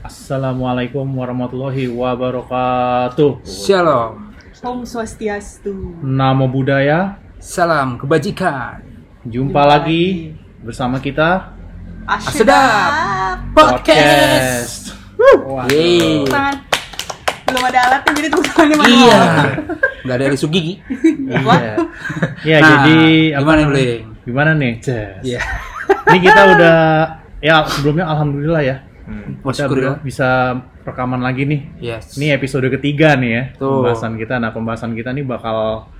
Assalamualaikum warahmatullahi wabarakatuh. Shalom, Om Swastiastu. Namo Buddhaya. salam kebajikan. Jumpa, lagi bersama kita Asyik. Podcast. Waduh. Yeay. Tangan. Belum ada alatnya jadi tepuk tangannya manual. Iya. Gak ada isu gigi. Iya. Iya, Nah, jadi apa gimana namanya? Bleng? Gimana nih? Ces. Iya. Ini kita udah ya sebelumnya alhamdulillah ya. Oh, Kita Masyukurillah. bisa rekaman lagi nih. Yes. Ini ya? episode ketiga nih ya Tuh. pembahasan kita. Nah pembahasan kita nih bakal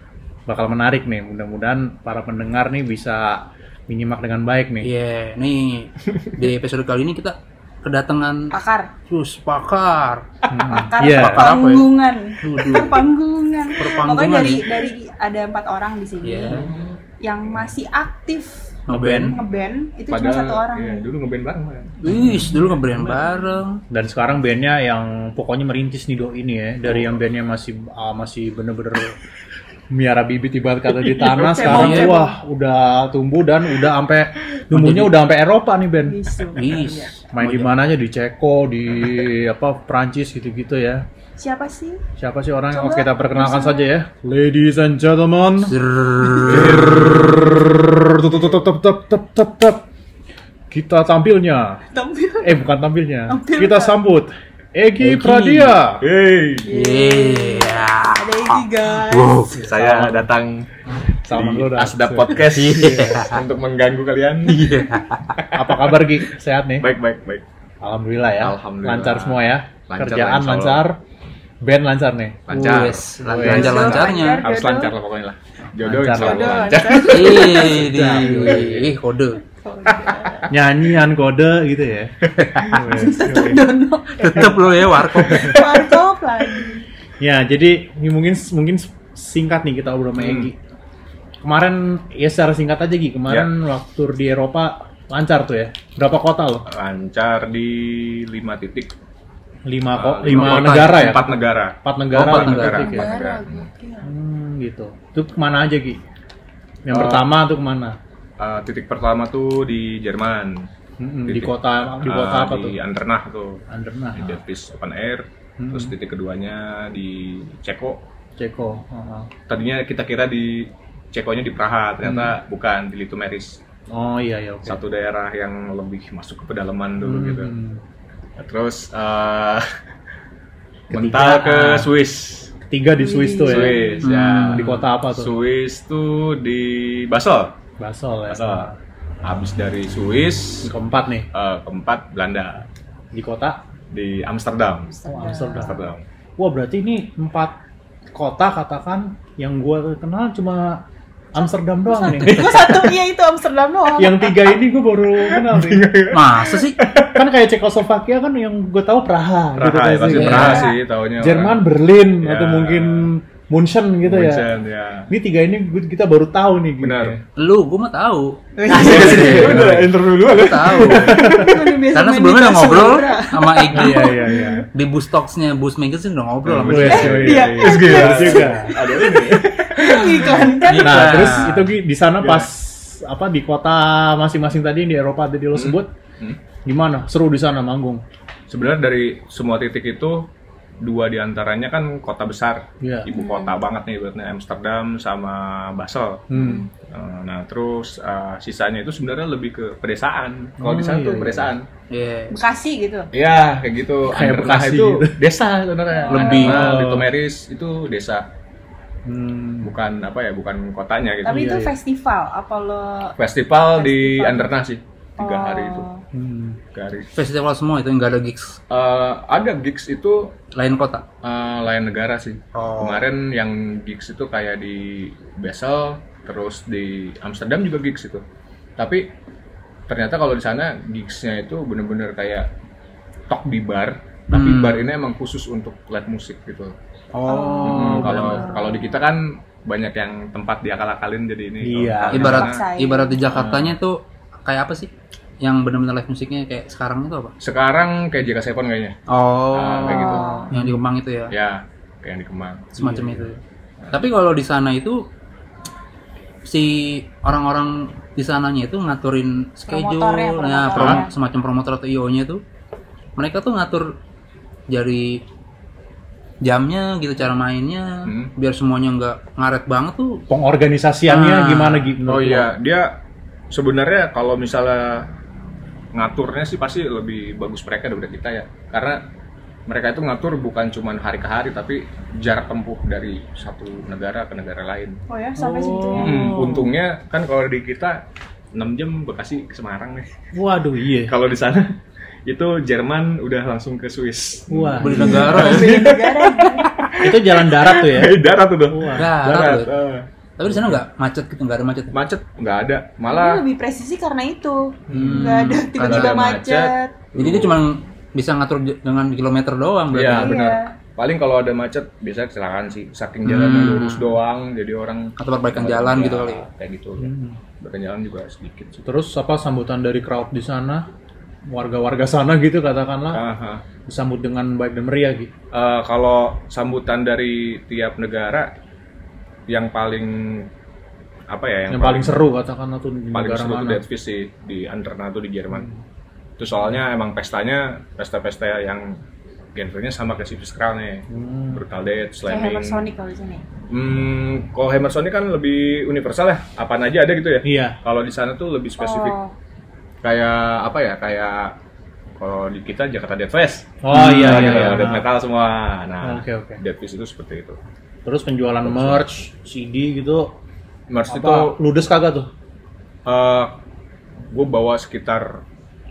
bakal menarik nih. Mudah-mudahan para pendengar nih bisa menyimak dengan baik nih. Iya, nih di episode kali ini kita kedatangan Pakar. terus pakar. Hmm. Pakar Iya. panggungan. Duduk. Panggungan. Perpanggungan, Pokoknya dari ya. dari ada empat orang di sini Iya. yang masih aktif Ngeband. ngeband itu cuma Padahal satu orang. iya, dulu ngeband bareng Bang. Wih, dulu ngeband bareng. Dan sekarang bandnya yang pokoknya merintis nih do ini ya dari yang bandnya masih ah, masih bener-bener miara bibit ibarat kata di tanah sekarang Cebong, wah udah tumbuh dan udah sampai numbuhnya udah sampai Eropa nih band Bisu. Wih. Iya. main di mana aja di Ceko di apa Prancis gitu-gitu ya Siapa sih? siapa sih orang yang oke Coba, kita perkenalkan saja ya ladies and gentlemen Tep, tep, tep, tep, tep, tep, tep. kita tampilnya Tampil. eh bukan tampilnya Tampil, kita Kak. sambut Egi Egi. Pradia Hey, Iya. Ada Ah. Egi guys. Wow. saya datang Selamat di Ah. lu dah. Asda Podcast Iya. untuk mengganggu kalian. Iya. Apa kabar Gi? Sehat nih? Baik, baik, baik. Alhamdulillah ya. Alhamdulillah. Lancar semua ya. Lancar, Kerjaan insya Allah. lancar. Band lancar nih. Lancar. Wes, Lancar-lancarnya. Harus lancar lah pokoknya lah. Lancar. Jodoh insya Allah Aduh, lancar. lancar. Ih, Iya, di- ih, kode. Nyanyian kode gitu ya. Tetep dono. Tetep lo ya warkop. Warkop lagi. ya, jadi ini mungkin mungkin singkat nih kita obrol sama Hmm. Egi. Kemarin ya secara singkat aja Gi, Ya. kemarin waktu tour di Eropa lancar tuh ya. Berapa kota loh? Lancar di 5 titik. Lima Ah, kok, Eh, lima kota, negara ya? Empat negara. Empat negara, Oh, empat lima negara. titik ya. negara. Hmm, gitu. Itu kemana aja Gi? Yang Eh, pertama tuh kemana? Eh, titik pertama tuh di Jerman. Mm-mm, Hmm, di titik. kota di kota Eh, apa tuh? Di Andernach tuh. Andernach. Di Davis Open Air. Hmm. Terus titik keduanya di Ceko. Ceko. Ah, heeh. Tadinya kita kira di Cekonya di Praha, Hmm. ternyata bukan di Litumeris. Oh iya iya oke. satu daerah yang lebih masuk ke pedalaman dulu Hmm. gitu. Terus eh mental ke ah. Swiss. Tiga di Swiss tuh ya. Swiss ya. Hmm, Di kota apa tuh? Swiss tuh di Basel. Basel ya. Basel. Habis dari Yang Swiss Keempat nih eh, keempat Belanda di kota di Amsterdam. oh, Amsterdam. Amsterdam. Wah berarti ini empat kota katakan yang gua kenal cuma Amsterdam doang nih. Gue satu iya itu Amsterdam doang. yang tiga ini gue baru kenal Iya, nih. Masa sih? kan kayak Cekoslovakia kan yang gue tahu Praha, gitu Praha kayak ya, pasti sih. Praha sih taunya. Jerman Berlin Ya. atau mungkin München gitu gitu ya. ya. Ini tiga ini gua- kita baru tahu nih gitu. Iya, Benar. ya. Lu, gua mah tahu. Udah interview dulu Gua tahu. Karena sebelumnya udah ngobrol sama Iya Egi. iya iya. Di Boost Talks-nya Boost Magazine udah ngobrol sama Wes, dia. yoi, iya. yoi. Benar juga. Ada ini. Iklan kan. Nah, Nah. terus itu Gi, di sana Iya. pas apa di kota masing-masing tadi yang di Eropa tadi lo sebut Hmm. gimana? Seru di sana manggung. sebenarnya dari semua titik itu dua diantaranya kan kota besar Iya. ibu kota banget nih ibaratnya Amsterdam sama Basel Hmm. Eh, nah terus eh, sisanya itu sebenarnya lebih ke pedesaan kalau di Oh, sana iya, tuh iya. pedesaan Iya. Bekasi gitu. Iya, kayak gitu. Kayak Andernach Bekasi itu gitu. desa sebenarnya. Lebih. Nah, Oh. Litomeris itu desa, Hmm. bukan apa ya, bukan kotanya gitu. Tapi Iya, itu iya. festival apa lo Festival di Festival. Andernach sih, tiga Oh. hari itu, Hmm. tiga hari. Festival semua itu nggak ada gigs Eh, ada gigs itu lain kota. Eh, lain negara sih. Oh. Kemarin yang gigs itu kayak di Basel, terus di Amsterdam juga gigs itu. Tapi ternyata kalau di sana gigsnya itu bener-bener kayak talk di bar, Hmm. tapi bar ini emang khusus untuk live musik gitu. Oh, Hmm, Kalau kalau di kita kan banyak yang tempat diakal-akalin jadi ini. Kalau Iya. di sana- ibarat Paksain. ibarat di Jakartanya tuh kayak apa sih? Yang benar-benar live musiknya kayak sekarang itu apa? Sekarang kayak JK Sepon kayaknya. Oh, Ah, kayak gitu. yang di Kemang itu ya. Ya, kayak yang di Kemang. Semacam itu. Tapi kalau di sana itu si orang-orang di sananya itu ngaturin schedule Promotornya, ya, promotornya. promo- semacam promotor atau IO-nya itu mereka tuh ngatur dari jamnya gitu cara mainnya Hmm. biar semuanya nggak ngaret banget tuh Pengorganisasiannya Ah. gimana gitu? Oh iya, dia sebenarnya kalau misalnya ngaturnya sih pasti lebih bagus mereka daripada kita ya. Karena mereka itu ngatur bukan cuman hari ke hari tapi jarak tempuh dari satu negara ke negara lain. Oh ya, sampai Oh. segitunya. Hmm, untungnya kan kalau di kita 6 jam Bekasi ke Semarang nih. Waduh iya. Kalau di sana itu Jerman udah langsung ke Swiss. Wah. beli negara ya Beda negara. Itu jalan darat tuh ya? Eh, darat udah. Wah. Darat, Darat. loh. eh. tapi di sana nggak macet gitu nggak ada macet Macet nggak ada, Ini malah lebih presisi karena itu. Hmm, Nggak ada tiba-tiba karena macet. jadi dia cuma bisa ngatur j- dengan kilometer doang berarti Iya Iya. benar. Paling kalau ada macet biasanya kecelakaan sih. Saking jalan Hmm. lurus doang, jadi orang atau perbaikan jalan Ya, gitu kali Kayak gitu. ya. Perbaikan jalan juga sedikit sih. Terus apa sambutan dari crowd di sana? Warga-warga sana gitu katakanlah Aha. disambut dengan baik dan meriah gitu. Eh, kalau sambutan dari tiap negara yang paling apa ya Yang paling seru katakanlah tuh di paling negara seru tuh mana? Dead Fish sih di Anderna tuh di Jerman. Itu soalnya emang pestanya pesta-pesta yang genrenya sama kayak si Fiskal nih. Hmm. Brutal Death, Kayak Slamming. Hammersonic kalau di sini. Hmm, kalau Hammer Sonic kan lebih universal ya, apaan aja ada gitu ya. Iya. Kalau di sana tuh lebih spesifik. Oh. kayak apa ya kayak kalau di kita Jakarta Dead Fest Oh iya Nah, iya. gitu, iya. death Nah, metal semua nah Oke, oke. Dead Fest itu seperti itu Terus penjualan merch, CD gitu. merch Apa itu ludes kagak tuh? gue bawa sekitar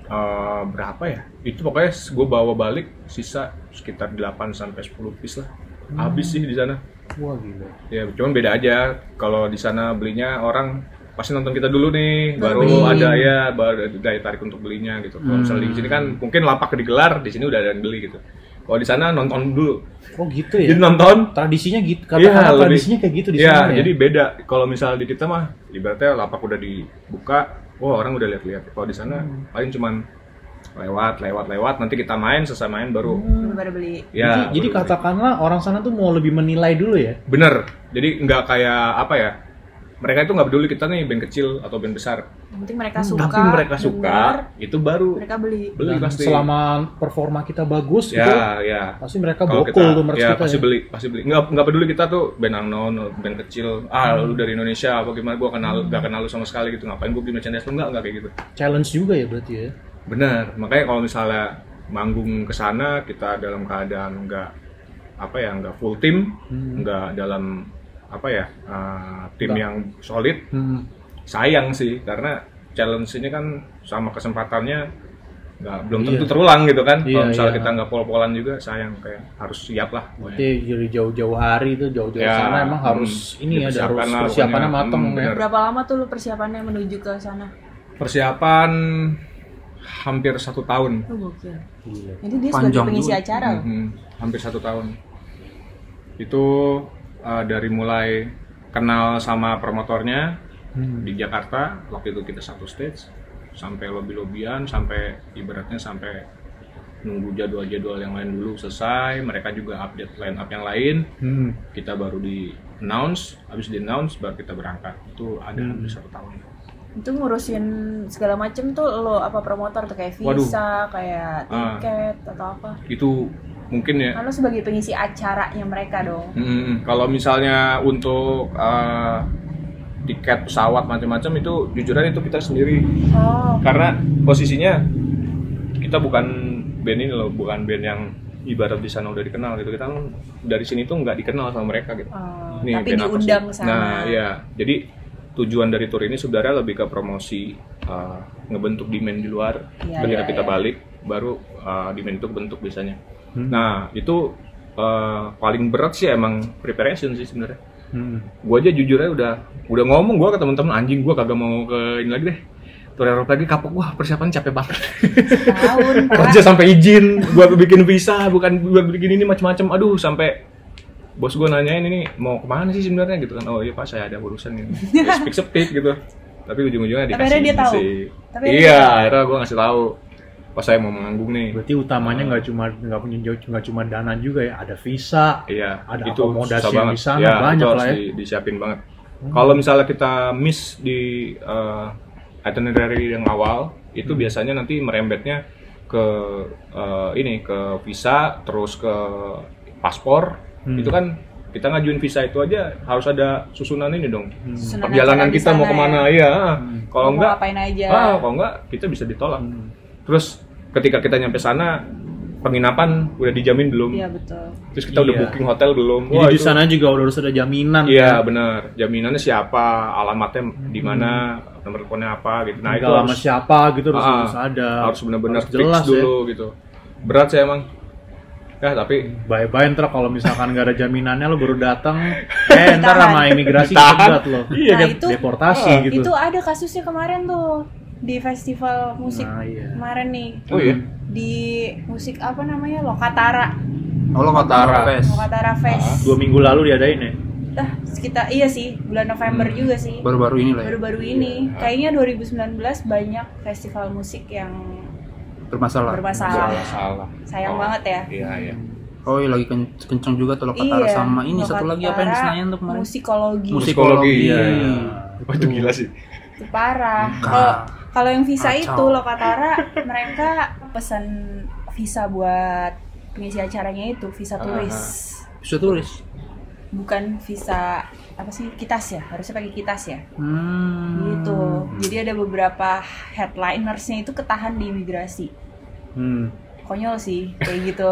eh, berapa ya itu pokoknya gue bawa balik sisa sekitar 8 sampai 10 piece lah Hmm. habis sih di sana Wah gila. ya cuman beda aja kalau di sana belinya orang pasti nonton kita dulu nih baru beli. ada ya baru ada daya tarik untuk belinya gitu kalau misalnya Hmm. di sini kan mungkin lapak digelar di sini udah ada yang beli gitu kalau di sana nonton dulu Oh gitu ya. jadi nonton Tradisinya gitu. Iya, Katakanlah lebih- tradisinya kayak gitu di Iya, sana. ya? jadi beda kalau misalnya di kita mah ibaratnya lapak udah dibuka wah orang udah lihat-lihat kalau di sana Hmm. paling cuman lewat lewat lewat nanti kita main selesai main baru Hmm, baru beli. jadi, ya jadi baru beli. katakanlah orang sana tuh mau lebih menilai dulu ya. Bener. Jadi nggak kayak apa ya? Mereka itu nggak peduli kita nih band kecil atau band besar. Yang penting mereka suka. Tapi mereka suka, denger, itu baru mereka beli. beli Dan pasti. selama performa kita bagus gitu, ya, ya. pasti mereka Kalau bokul tuh merch ya, kita. pasti ya. beli, pasti beli. Nggak nggak peduli kita tuh band unknown, band kecil. Ah, Hmm. lu dari Indonesia apa gimana? Gua kenal, nggak kenal lu sama sekali gitu. Ngapain gua beli merchandise lu nggak nggak kayak gitu. Challenge juga ya berarti ya. Bener. Makanya kalau misalnya manggung ke sana kita dalam keadaan nggak apa ya nggak full tim, Hmm. nggak dalam apa ya eh, tim Nggak. yang solid Hmm. sayang sih karena challenge ini kan sama kesempatannya nggak belum Iya. tentu terulang gitu kan Iya, kalau misalnya iya. kita nggak pol-polan juga sayang kayak harus siap lah Berarti dari jauh-jauh hari itu jauh-jauh Ya, sana emang harus hmm, ini ya, ada harus dipersiapkan lah persiapannya pokoknya. mateng Hmm, ya. bener. Berapa lama tuh lu persiapannya menuju ke sana? persiapan hampir satu tahun Lu gokil. Iya. Gila. Jadi dia Panjang sebagai pengisi dulu. acara. loh. Mhm, hampir satu tahun itu eh, dari mulai kenal sama promotornya Hmm. di Jakarta waktu itu kita satu stage sampai lobby lobbyan sampai ibaratnya sampai nunggu jadwal-jadwal yang lain dulu selesai mereka juga update line up yang lain Hmm. kita baru di announce habis di announce baru kita berangkat itu ada hampir satu tahun Itu ngurusin segala macem tuh lo apa promotor tuh kayak Waduh. visa, kayak tiket atau apa. itu mungkin Kan ya lu sebagai pengisi acaranya mereka dong. Mm, kalau misalnya untuk eh, tiket pesawat macam-macam itu jujuran itu kita sendiri Oh. karena posisinya kita bukan band ini loh bukan band yang ibarat di sana udah dikenal gitu kita kan dari sini tuh nggak dikenal sama mereka gitu Oh, Nih, tapi band apa sih? diundang sama nah ya jadi tujuan dari tour ini sebenarnya lebih ke promosi uh, ngebentuk demand di luar Iya, ketika iya, kita iya. balik baru uh, demand itu bentuk biasanya Hmm. nah itu uh, paling berat sih emang preparation sih sebenarnya Hmm. gue aja jujur aja udah udah ngomong gue ke temen-temen anjing gue kagak mau ke ini lagi deh tour Eropa lagi kapok wah persiapan capek banget tahun kerja sampai izin buat bikin visa bukan buat bikin ini macam-macam aduh sampai bos gue nanyain ini mau kemana sih sebenarnya gitu kan oh iya pak saya ada urusan ini speak speak gitu tapi ujung-ujungnya Tapi dikasih akhirnya dia tahu. sih. Tapi akhirnya iya dia akhirnya gue ngasih tahu pas saya mau menganggung nih Berarti utamanya nggak cuma nggak punya jauh nggak cuma dana juga ya, ada visa. Iya, Ada itu akomodasi susah yang banget. di sana, Ya, banyak itu harus lah ya. di- disiapin banget. Kalau misalnya kita miss Hmm. di eh, itinerary yang awal, itu biasanya nanti merembetnya ke eh, ini ke visa terus ke paspor Hmm. itu kan kita ngajuin visa itu aja harus ada susunan ini dong Hmm. Susunan perjalanan acara di kita mau sana kemana ya, kalau Mau enggak ngapain aja. ah, kalau enggak kita bisa ditolak Hmm. terus ketika kita nyampe sana penginapan udah dijamin belum Iya betul. terus kita udah Iya. booking hotel belum Jadi Wah, di itu- sana juga udah harus ada jaminan. kan? Iya benar. Jaminannya siapa, alamatnya di mana, nomor teleponnya apa gitu. Nah itu Tinggal sama harus, siapa gitu harus, Ah, harus ada. harus benar-benar Harus ya. fix dulu gitu. Berat sih emang. Ya tapi Ya. Bye-bye ntar kalau misalkan nggak ada jaminannya lo baru datang, eh ntar sama imigrasi dipegat lo. Iya Nah, kan? itu- Deportasi gitu. Itu ada kasusnya kemarin tuh di festival musik Nah, iya. kemarin nih Oh iya. di musik apa namanya Lokatara Oh, lo Notara. Fest. Lokatara Ah, Fest Dua minggu lalu diadain ya. ah sekitar iya sih bulan Hmm. November juga sih Baru-baru ini lah ya. baru-baru ini kayaknya 2019 banyak festival musik yang Bermasalah. bermasalah salah. sayang Oh, banget ya Iya iya. Oh, iya, lagi ken- kencang juga tuh Lokatara sama ini satu lagi apa yang di Lokatara Senayan tuh kemarin? Iya, musikologi Musik. Psikologi. Psikologi. Iya. Iya. Wah itu gila sih. itu parah Enggak. kalau kalau yang visa Kacau. itu Lokatara mereka pesan visa buat pengisi acaranya itu visa turis Bisa tulis. bukan visa apa sih kitas ya harusnya pakai kitas ya Hmm. gitu jadi ada beberapa headlinersnya itu ketahan di imigrasi Hmm. konyol sih kayak gitu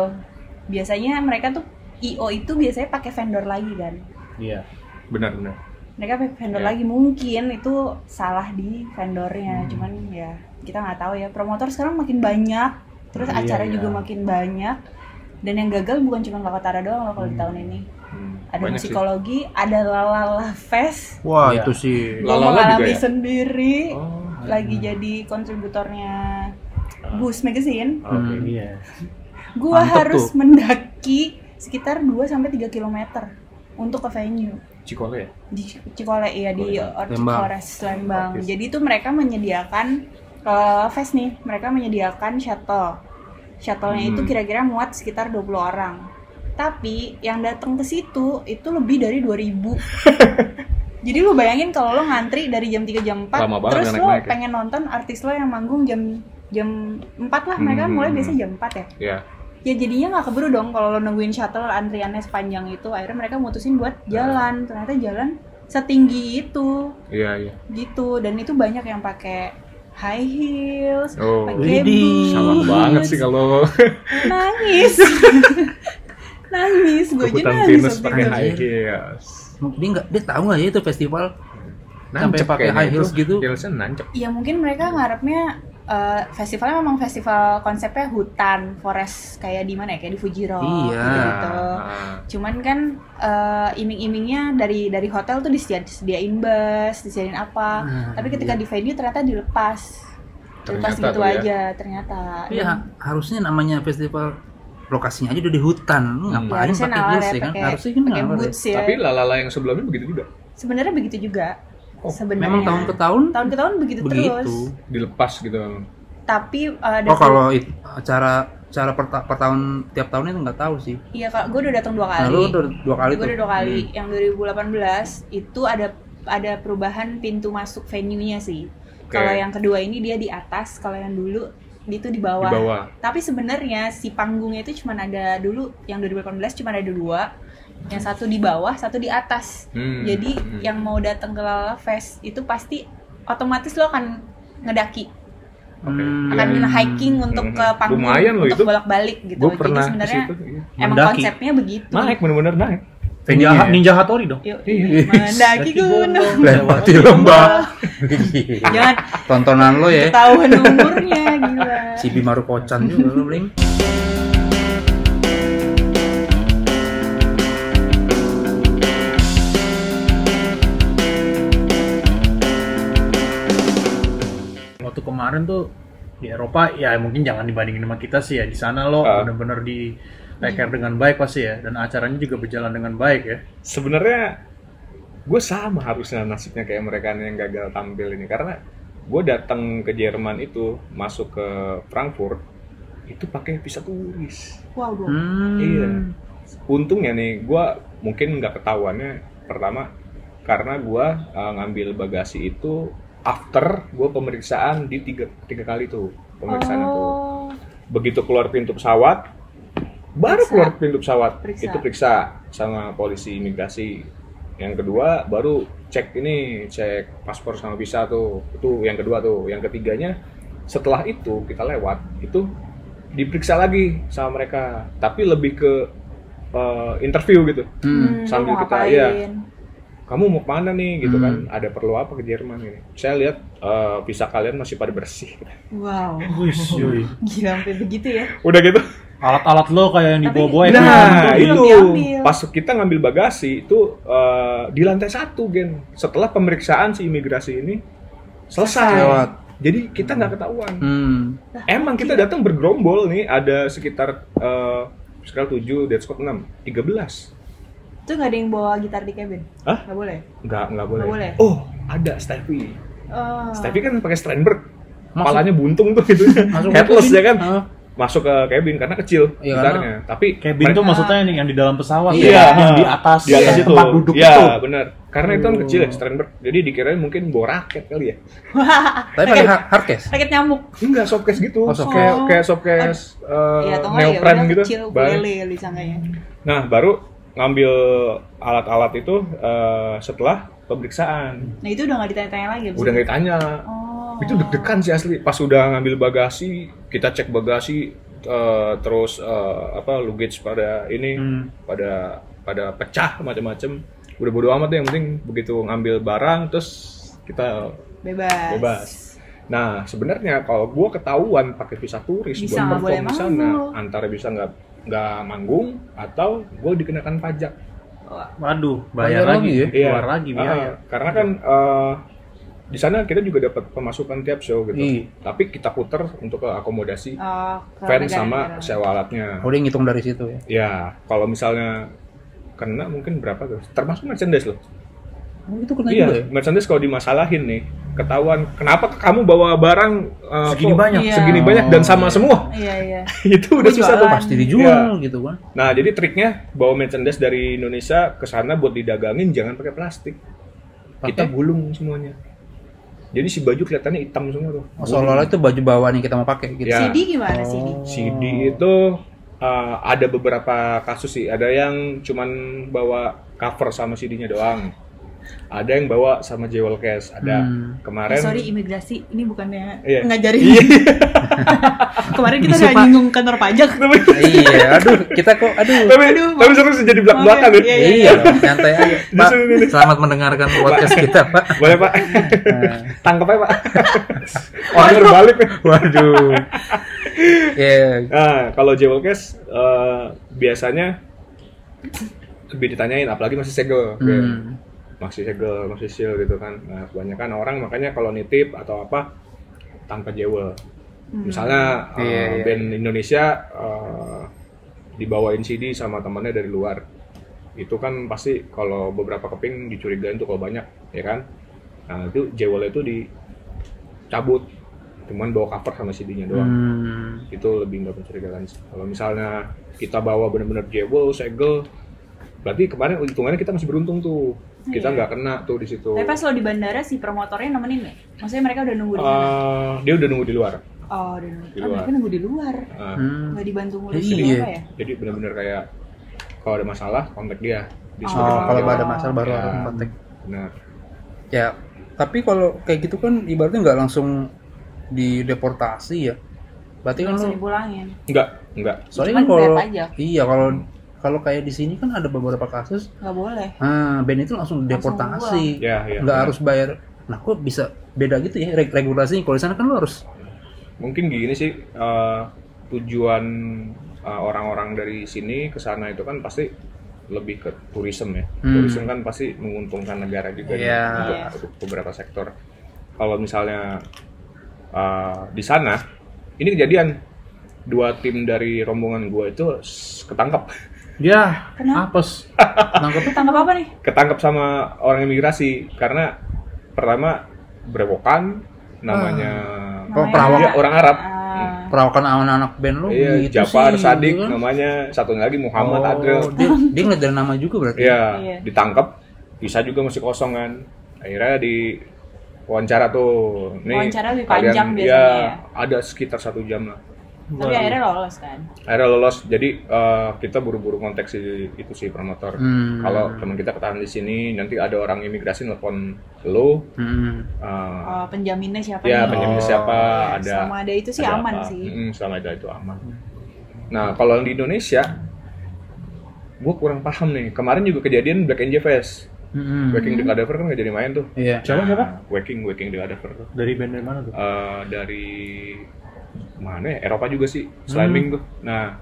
biasanya mereka tuh IO itu biasanya pakai vendor lagi kan Iya. Benar benar. mereka pakai vendor Iya. Hmm. lagi mungkin itu salah di vendornya cuman ya kita nggak tahu ya promotor sekarang makin banyak terus Iya, acara iya. juga makin banyak dan yang gagal bukan cuma Lokatara doang loh kalau di tahun ini Hmm, ada banyak sih. musikologi ada lalala fest Wah, Iya. itu sih. gue Lalala juga mengalami ya? sendiri Oh. lagi jadi kontributornya Bus Magazine Oke, Hmm. iya. gua Mantep harus tuh. mendaki sekitar 2 sampai 3 km untuk ke venue Cikole ya. di Cikole ya di Orchid Lembang. Forest Lembang. Jadi itu mereka menyediakan eh fest nih, mereka menyediakan shuttle. Shuttle-nya itu Hmm. kira-kira muat sekitar 20 orang. Tapi yang datang ke situ itu lebih dari 2000. Jadi lu bayangin kalau lo ngantri dari jam 3 jam 4 Lama banget terus nggak lo naik-naik ya. pengen nonton artis lo yang manggung jam jam 4 lah mereka Hmm. mulai biasanya jam 4 ya Iya. ya jadinya nggak keburu dong kalau lo nungguin shuttle antriannya sepanjang itu akhirnya mereka mutusin buat Nah. jalan ternyata jalan setinggi itu Iya iya. gitu dan itu banyak yang pakai high heels Oh. pakai Widih. boots Salah banget sih kalau nangis nangis gue aja kebutan nangis pinus waktu pakai itu. high heels. Dia nggak, dia tahu nggak ya itu festival? Sampai Nancep pakai kayaknya high heels itu. gitu. Heelsnya nancep. ya mungkin mereka ngarepnya eh, festivalnya memang festival konsepnya hutan forest kayak di mana ya kayak di Fuji Rock Iya. gitu Ah. cuman kan eh, iming-imingnya dari dari hotel tuh disediain, disediain bus, disediain apa. Ah, Tapi ketika di venue ternyata dilepas. Dilepas Ternyata gitu tuh ya. aja ternyata. Tapi ya, harusnya namanya festival lokasinya aja udah di hutan. Lu ngapain Hmm. Iya, harusnya pakai nalar heels ya, ya kan? pakai Harusnya kan pakai nalar ya. boots ya. Tapi lalala yang sebelumnya begitu juga. Sebenarnya begitu juga. Oh, Sebenarnya. Memang tahun ke tahun tahun ke tahun begitu, terus. begitu. Dilepas gitu. emang. Tapi eh, ada Oh kalau it- acara acara per, ta- per tahun tiap tahunnya itu nggak tahu sih. iya kak, gue udah datang dua Nah, kali. lu udah dua kali gue tuh. Hmm. udah dua kali. Yang 2018 itu ada ada perubahan pintu masuk venue-nya sih. Oke. Kalau yang kedua ini dia di atas, kalau yang dulu itu di Di bawah. bawah. Tapi sebenarnya si panggungnya itu cuma ada dulu yang 2018 cuma ada dua, yang satu di bawah, satu di atas. Hmm. Jadi Hmm. yang mau datang ke Lala Fest itu pasti otomatis lo akan ngedaki, Oke. Hmm. akan hiking untuk ke Hmm. panggung, Lumayan loh untuk itu. bolak-balik gitu. Gue pernah Jadi ke sebenarnya situ. iya. emang Mendaki. konsepnya begitu. Naik bener-bener naik. Ninja, Ininya ya. Ninja Hattori dong. Yuk, Iya. mendaki gunung. Lewati lembah. Iya. Jangan Tontonan lo ya. ketahuan umurnya gila. Si Bimaru Kocan juga lu bling. Waktu kemarin tuh di Eropa ya mungkin jangan dibandingin sama kita sih ya. Di sana lo Ah. bener-bener di take care dengan baik pasti ya dan acaranya juga berjalan dengan baik ya. Sebenarnya gue sama harusnya nasibnya kayak mereka yang gagal tampil ini karena gue datang ke Jerman itu masuk ke Frankfurt itu pakai visa turis. Wow, bro. Hmm. Iya. Untungnya nih gue mungkin nggak ketahuannya pertama karena gue ngambil bagasi Oh. itu after gue pemeriksaan di tiga, tiga kali tuh pemeriksaan itu. begitu keluar pintu pesawat baru Periksa. keluar pintu pesawat Periksa. itu periksa sama polisi imigrasi yang kedua baru cek ini cek paspor sama visa tuh itu yang kedua tuh yang ketiganya setelah itu kita lewat itu diperiksa lagi sama mereka tapi lebih ke eh, interview gitu Hmm. Hmm, sambil mau kita- iya. ngapain? kamu mau kemana nih gitu Hmm. kan ada perlu apa ke Jerman ini saya lihat eh, visa kalian masih pada bersih Wow, Wih, yoi. gila sampai begitu ya. udah gitu Alat-alat lo kayak yang Tapi- dibawa-bawa Nah, nah itu itu belum diambil. pas kita ngambil bagasi itu eh, di lantai satu gen setelah pemeriksaan si imigrasi ini selesai Lewat. jadi kita nggak ketahuan Hmm. emang kita Iya. datang bergerombol nih ada sekitar eh, sekarang 7, dead squad 6, 13 Itu nggak ada yang bawa gitar di cabin? Hah? Nggak boleh. nggak, nggak boleh. Nggak boleh. oh ada Steffi Oh. Steffi kan pakai Steinberg Masuk. palanya buntung tuh gitu Masuk headless cabin. ya kan Heeh. masuk ke cabin karena kecil Iya, gitarnya. Tapi Cabin mereka- tuh maksudnya yang yang di dalam pesawat Iya. ya, yang di atas, di atas yang itu. tempat duduk Iya, itu. Hmm. benar. Karena itu kan kecil ya Sternberg. Jadi dikirain mungkin bawa raket kali ya. Tapi pakai hard, hard case. Sakit nyamuk. Enggak softcase gitu. Oh, softcase. Kayak kayak softcase eh, Iya, atau nggak ya neopren udah gitu. kecil Balik. ukulele kali sangkanya. Nah, baru ngambil alat-alat itu eh, setelah pemeriksaan. Nah itu udah nggak ditanya-tanya lagi. abis Udah itu? nggak ditanya. Oh. Itu deg-degan sih asli. Pas udah ngambil bagasi, kita cek bagasi eh, terus eh, apa luggage pada ini Hmm. pada pada pecah macam-macam udah bodo amat deh, yang penting begitu ngambil barang terus kita Bebas. Bebas. nah sebenarnya kalau gua ketahuan pakai visa turis Bisa nggak buat boleh perform di sana manggung. antara bisa nggak nggak manggung atau gua dikenakan pajak Waduh, bayar, Bayar lagi, lagi ya? keluar lagi biaya. Ah, karena kan eh, di sana kita juga dapat pemasukan tiap show gitu Iya. tapi kita puter untuk ke akomodasi Oh, ke fan negara-negara sama lain. sewa alatnya Oh, dia ngitung dari situ ya. ya kalau misalnya kena mungkin berapa tuh termasuk merchandise loh Oh, itu kena juga ya. Iya, merchandise kalau dimasalahin nih, ketahuan kenapa kamu bawa barang uh, Segini kok banyak? Iya. segini banyak dan sama semua. Iya iya. itu udah susah tuh. jualan. Pasti dijual gitu kan. Nah, jadi triknya bawa merchandise dari Indonesia ke sana buat didagangin jangan pakai plastik. Kita Pakai gulung semuanya. Jadi si baju kelihatannya hitam semua tuh. oh, seolah-olah itu baju bawaan yang kita mau pakai gitu. Iya. CD gimana CD? CD itu uh, ada beberapa kasus sih. Ada yang cuman bawa cover sama CD-nya doang. Ada yang bawa sama jewel case. Ada Hmm. kemarin. Eh, sorry imigrasi ini bukannya Iya. ngajarin. Iya. Kemarin kita udah nyinggung kantor pajak. iya, aduh, kita kok aduh. tapi, Aduh, tapi seru sih jadi belak belakan Maaf ya. ya. Iya, Iya, santai aja. Pak, Justru ini. selamat mendengarkan podcast kita, Pak. iya. Boleh pak, Nah, tangkap aja pak. Oh, Orang berbalik nih. waduh. Ya, Nah, kalau jewel case eh, biasanya lebih ditanyain, apalagi masih segel, hmm. masih segel, masih seal gitu kan. Nah, kebanyakan orang makanya kalau nitip atau apa tanpa jewel. Misalnya eh, Iya, iya. band Indonesia eh, dibawain CD sama temannya dari luar, itu kan pasti kalau beberapa keping dicurigain tuh kalau banyak, ya kan? Nah itu jewelnya itu dicabut, cuman bawa cover sama CD-nya doang. Hmm. Itu lebih nggak mencurigakan. sih. Kalau misalnya kita bawa bener-bener jewel, segel, berarti kemarin hitungannya kita masih beruntung tuh, kita Iya. nggak kena tuh di situ. Tapi pas lo di bandara si promotornya nemenin nggak? Maksudnya mereka udah nunggu di mana? Eh, dia udah nunggu di luar. oh, udah nunggu. di Oh, mereka luar. nunggu di luar. Eh, Hmm. Nggak dibantu ngurus Iya. apa ya? jadi bener-bener kayak kalau ada masalah kontak dia Nah, Oh, Disuruh kalau kontak. ada masalah baru Ya. aku kontak. benar Ya, tapi kalau kayak gitu kan ibaratnya nggak langsung dideportasi ya. Berarti kan Langsung lu dipulangin. enggak enggak soalnya Cuman kan kalau bayar pajak. iya kalau kalau kayak di sini kan ada beberapa kasus Nggak boleh. ah band itu langsung Langsung deportasi ya ya nggak harus bayar nah kok bisa beda gitu ya reg- regulasinya kalau di sana kan lu harus mungkin gini sih eh, tujuan eh, orang-orang dari sini ke sana itu kan pasti lebih ke tourism ya Hmm. tourism kan pasti menguntungkan negara juga nih, Iya. untuk beberapa sektor kalau misalnya eh, di sana ini kejadian dua tim dari rombongan gua itu s- ketangkep Ya, Kenapa? apes. nangkep Lu tangkap apa nih? ketangkep sama orang imigrasi karena pertama berewokan namanya Oh, Namanya- perawak. Dia orang Hmm. Arab. Ah. perawakan anak-anak band lu iya, gitu Jafar sih, Sadik gitu kan. namanya satunya lagi Muhammad Oh, Adel dia, dia ngeliat dari nama juga berarti iya Iya. ditangkap bisa juga masih kosong kan akhirnya di wawancara tuh nih Wawancara lebih kalian- panjang iya, biasanya ya. ada sekitar satu jam lah Tapi akhirnya lolos kan. akhirnya lolos jadi eh, kita buru-buru kontak si itu si promotor Hmm. kalau teman kita ketahan di sini nanti ada orang imigrasi nelfon lo Hmm. eh, Oh, penjaminnya siapa ya nih? penjamin siapa ada Sama ada itu sih ada aman apa. sih. Mm, selama ada itu aman nah kalau di Indonesia gue kurang paham nih kemarin juga kejadian Black Angel Fest Hmm. Waking the Cadaver kan gak jadi main tuh Iya. Siapa siapa? Nah, Waking Waking the Cadaver tuh Dari band dari mana tuh? Eh, dari mana ya Eropa juga sih Sliming tuh nah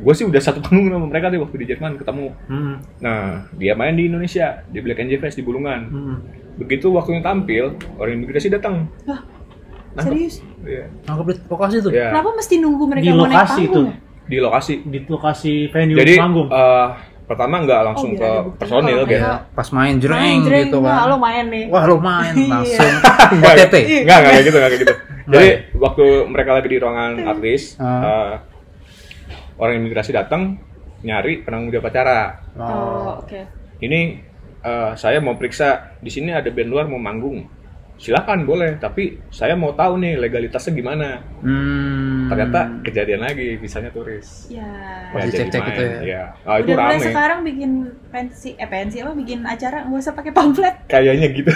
gue sih udah satu panggung sama mereka tuh waktu di Jerman ketemu Hmm. nah dia main di Indonesia di Black Angel Fest di Bulungan Hmm. begitu waktunya tampil orang imigrasi datang Hah? Nangkep. Serius? Iya. Nangkep di lokasi tuh. Iya. Kenapa mesti nunggu mereka Di mau naik lokasi panggung? tuh, ya? di lokasi di lokasi venue Jadi panggung. eh, pertama nggak langsung Oh, iya. ke biar ada buktinya personil kalau gitu. mereka- Pas main Main jreng, jreng, gitu wah, kan. lo main nih. Wah lu main Iya. langsung Oh, Nggak, OTT. Nggak, nggak kayak gitu, nggak kayak gitu. Jadi Nggak waktu mereka lagi di ruangan artis, Ah. eh, orang imigrasi datang nyari penanggung jawab acara. Oh, Oh. oke. Ini eh, saya mau periksa di sini ada band luar mau manggung. Silakan boleh, tapi saya mau tahu nih legalitasnya gimana. Hmm. Ternyata kejadian lagi, misalnya turis. Ya. Pas Nggak jadi dicek-cek main. gitu ya. Iya. Ah, itu Udah mulai rame. sekarang bikin pensi, eh pensi apa? Bikin acara nggak usah pakai pamflet. Kayaknya gitu.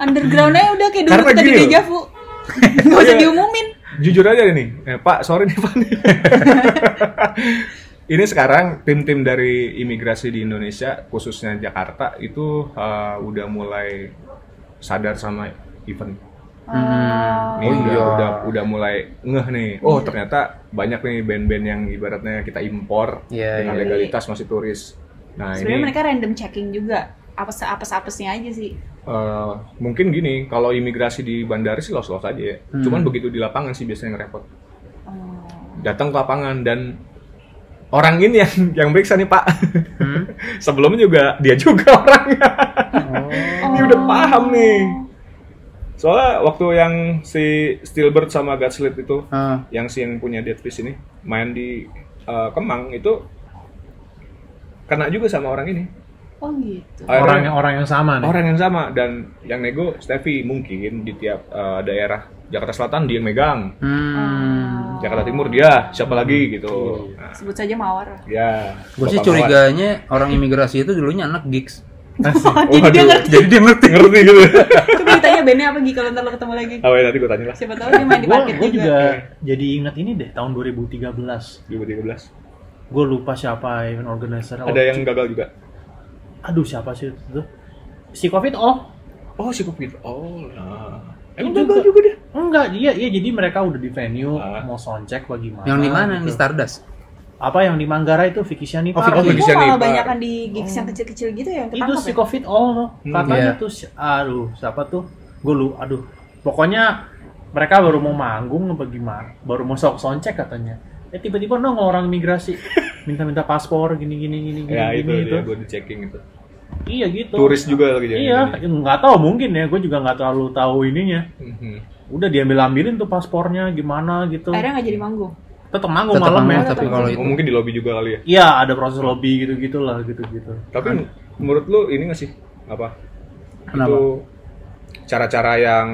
Underground aja udah kayak dulu Karena kita di gini loh. Deja Vu. Nggak usah Iya. diumumin. jujur aja nih, eh, Pak, sorry nih Pak. nih. Ini sekarang tim-tim dari imigrasi di Indonesia, khususnya Jakarta, itu eh, udah mulai sadar sama event. Hmm. Oh, Ini Oh, udah, iya. udah udah mulai ngeh nih. Oh ternyata banyak nih band-band yang ibaratnya kita impor Iya, dengan iya. legalitas masih turis. Nah Sebenarnya ini mereka random checking juga. Apes apes apesnya aja sih. eh, mungkin gini, kalau imigrasi di bandara sih los-los aja. ya. Hmm. Cuman begitu di lapangan sih biasanya ngerepot. Oh. datang ke lapangan dan orang ini yang yang periksa nih pak Hmm. sebelumnya juga dia juga orangnya dia Nah, Oh. udah paham nih soalnya waktu yang si Steelbird sama Gutslit itu Ah. yang si yang punya Dead Fish ini main di eh, Kemang itu kena juga sama orang ini Oh gitu. Akhirnya- orang yang orang yang sama nih. orang yang sama dan yang nego Steffi mungkin di tiap eh, daerah Jakarta Selatan dia yang megang Hmm. Jakarta Timur dia siapa lagi gitu Iya. Nah, Ah. Sebut saja mawar. ya Gue sih Bapak Mawar. curiganya orang imigrasi itu dulunya anak gigs. Wah, Oh, jadi dia aduh. ngerti. Jadi dia ngerti. Ngerti gitu. ya. Coba ditanya bandnya apa Gi kalau ntar lo ketemu lagi. Oh, ya, nanti gue tanya lah. Siapa tahu dia main di Gue parkir Kan juga. juga jadi ingat ini deh tahun 2013. Jumbo 13. Gue lupa siapa event organizer. Ada yang gagal juga. Aduh siapa sih itu? Si Covid oh Oh, si Covid. Oh, nah. Emang Juga. gagal juga dia. enggak iya iya jadi mereka udah di venue Ah. mau soundcheck bagaimana Yang di mana? Iya. Di Stardust. gitu. apa yang di Manggarai itu Vicky Shani Oh, Park. Vicky- Tapi Bisa kok nih, malah Pak. banyakan di gigs yang kecil-kecil gitu ya yang itu ketangkap si ya? covid all Hmm, katanya Iya. tuh si- aduh siapa tuh gue lu aduh pokoknya mereka baru mau manggung apa gimana baru mau sok soncek katanya eh tiba-tiba nongol orang migrasi minta-minta paspor gini gini gini gini Ya, itu gini, dia. gitu. Gue di checking itu. iya gitu Turis juga lagi jadi. iya ya, nggak tahu mungkin ya gue juga nggak terlalu tahu ininya Mhm. udah diambil ambilin tuh paspornya gimana gitu Akhirnya nggak Hmm. jadi manggung. tetap manggung Tetap malam ya aman, tapi kalau Oh, itu mungkin di lobby juga kali ya. iya ada proses lobby gitu gitulah gitu gitu Tapi menurut lu ini nggak sih? Apa? Kenapa? Itu cara-cara yang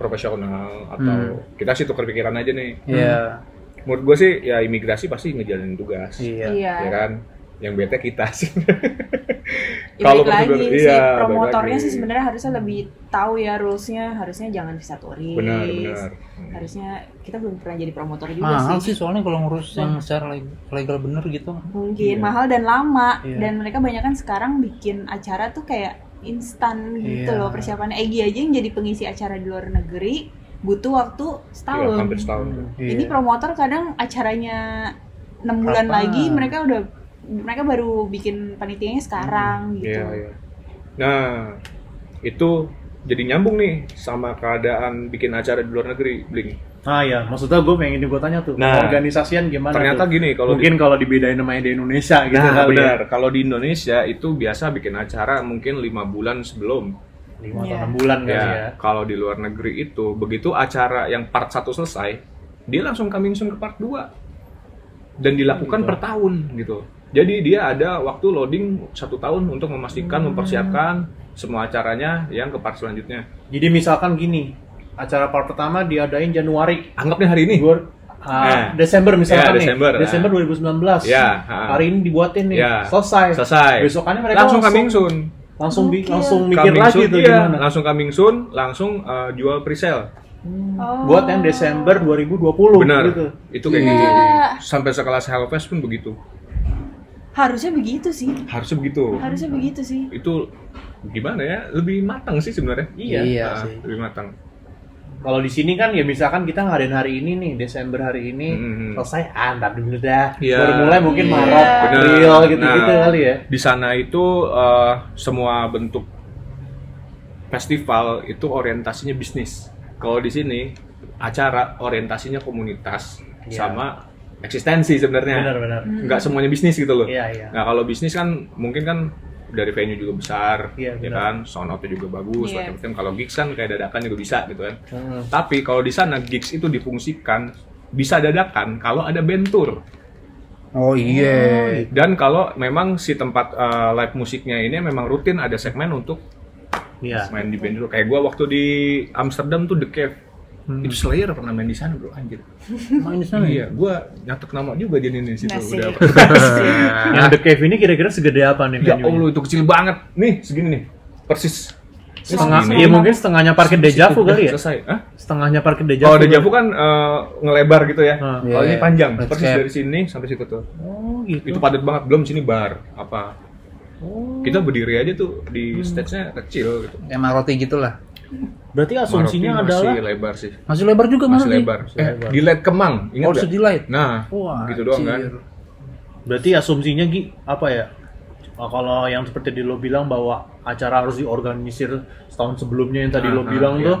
profesional atau kita sih tukar pikiran aja nih. Iya, Menurut gue sih ya imigrasi pasti ngejalanin tugas. Hmm. iya. Iya. Ya kan? Yang bete kita sih. Ya, Kalau balik lagi prosedur- si iya, balik promotornya lagi. sih sebenarnya harusnya lebih tahu ya rules-nya. Harusnya jangan visa turis. benar, benar. Hmm. Harusnya kita belum pernah jadi promotor juga Mahal Iya sih. sih soalnya kalau ngurus yang secara leg- legal bener gitu. Mungkin Iya. mahal dan lama Iya. dan mereka banyak kan sekarang bikin acara tuh kayak instan gitu Iya. loh persiapannya. Egi aja yang jadi pengisi acara di luar negeri butuh waktu Iya, setahun. hampir setahun. Iya. tuh. Ini promotor kadang acaranya 6 bulan Kapan? lagi mereka udah mereka baru bikin panitianya sekarang gitu. Iya, iya. Nah, itu jadi nyambung nih sama keadaan bikin acara di luar negeri, Bling. Ah ya, maksudnya gue pengen gue tanya tuh, Nah, organisasian gimana? ternyata tuh? gini, kalau di- mungkin kalau dibedain sama yang di Indonesia gitu Nah, kali benar. Kalau di Indonesia itu biasa bikin acara mungkin lima bulan sebelum. ya. 5 atau Iya. 6 bulan kali ya. Ya, kalau di luar negeri itu begitu acara yang part 1 selesai, dia langsung coming soon ke part 2. Dan dilakukan Gitu. per tahun gitu. Jadi dia ada waktu loading satu tahun untuk memastikan Hmm. mempersiapkan semua acaranya yang ke part selanjutnya. Jadi misalkan gini, acara part pertama diadain Januari. Anggapnya hari ini. Gua- ah, Nah. Desember misalkan Ya, nih. Desember, nah. Desember 2019. Ya, ha. Hari ini dibuatin nih, Ya. selesai. Selesai. Besokannya mereka Langsung coming soon. langsung bi- Gokil. langsung mikir Coming lagi soon, tuh iya. gimana. Langsung coming soon, langsung eh, jual pre-sale. Oh. Buat yang Desember 2020 Benar. gitu. Itu kayak Iya. gitu. Sampai sekelas Hellfest pun begitu. harusnya begitu sih Harusnya begitu. harusnya begitu sih Itu gimana ya? Lebih matang sih sebenarnya. Iya. Iya Ah, sih. Lebih matang. Kalau di sini kan ya misalkan kita ngadain hari ini nih, Desember hari ini Mm-mm. selesai ah ntar dulu dah. Hmm, Iya. Baru mulai mungkin Iya. Maret, Benar. April gitu-gitu Nah. kali ya. Di sana itu eh, semua bentuk festival itu orientasinya bisnis. Kalau di sini acara orientasinya komunitas Iya. sama eksistensi sebenarnya. Benar-benar. Nggak semuanya bisnis gitu loh. Hmm. Iya, iya. Nah kalau bisnis kan mungkin kan dari venue juga besar, Iya, ya benar. kan, sound outnya juga bagus, Iya. macam-macam. Kalau gigs kan kayak dadakan juga bisa gitu kan. Hmm. Tapi kalau di sana gigs itu difungsikan bisa dadakan kalau ada bentur Oh iya. dan kalau memang si tempat eh, live musiknya ini memang rutin ada segmen untuk Iya. main di band dulu. Kayak gua waktu di Amsterdam tuh The Cave. Hmm. Itu Slayer pernah main di sana bro, anjir. Main di sana ya? Iya, gua nyatet nama juga di di situ. Nasib. Udah apa. Yang The Cave ini kira-kira segede apa nih? Nah. Ya venue-nya? Allah itu kecil banget. Nih, segini nih. Persis. Setengah, Segini. ya mungkin setengahnya parkir Dejavu kali ya? Selesai. Hah? Setengahnya parkir Dejavu. Kalau dejavu kan eh, ngelebar gitu ya. Hmm. Kalau ini Iya. panjang, Let's persis cap. dari sini sampai situ tuh. Oh gitu. Oh. Itu padat banget, belum sini bar apa. Kita berdiri aja tuh Hmm. di stage-nya kecil gitu. Emang roti gitulah. Berarti asumsinya Marotin adalah masih lebar sih. Masih lebar juga Masih Marotti. lebar. Masih Eh, lebar. di LED Kemang, ingat Oh, nggak? sedih light. Nah, Wah, gitu doang kan. anjir. berarti asumsinya Gi apa ya? Oh, kalau yang seperti di lo bilang bahwa acara harus diorganisir setahun sebelumnya yang tadi lo Ah, ah, bilang iya. tuh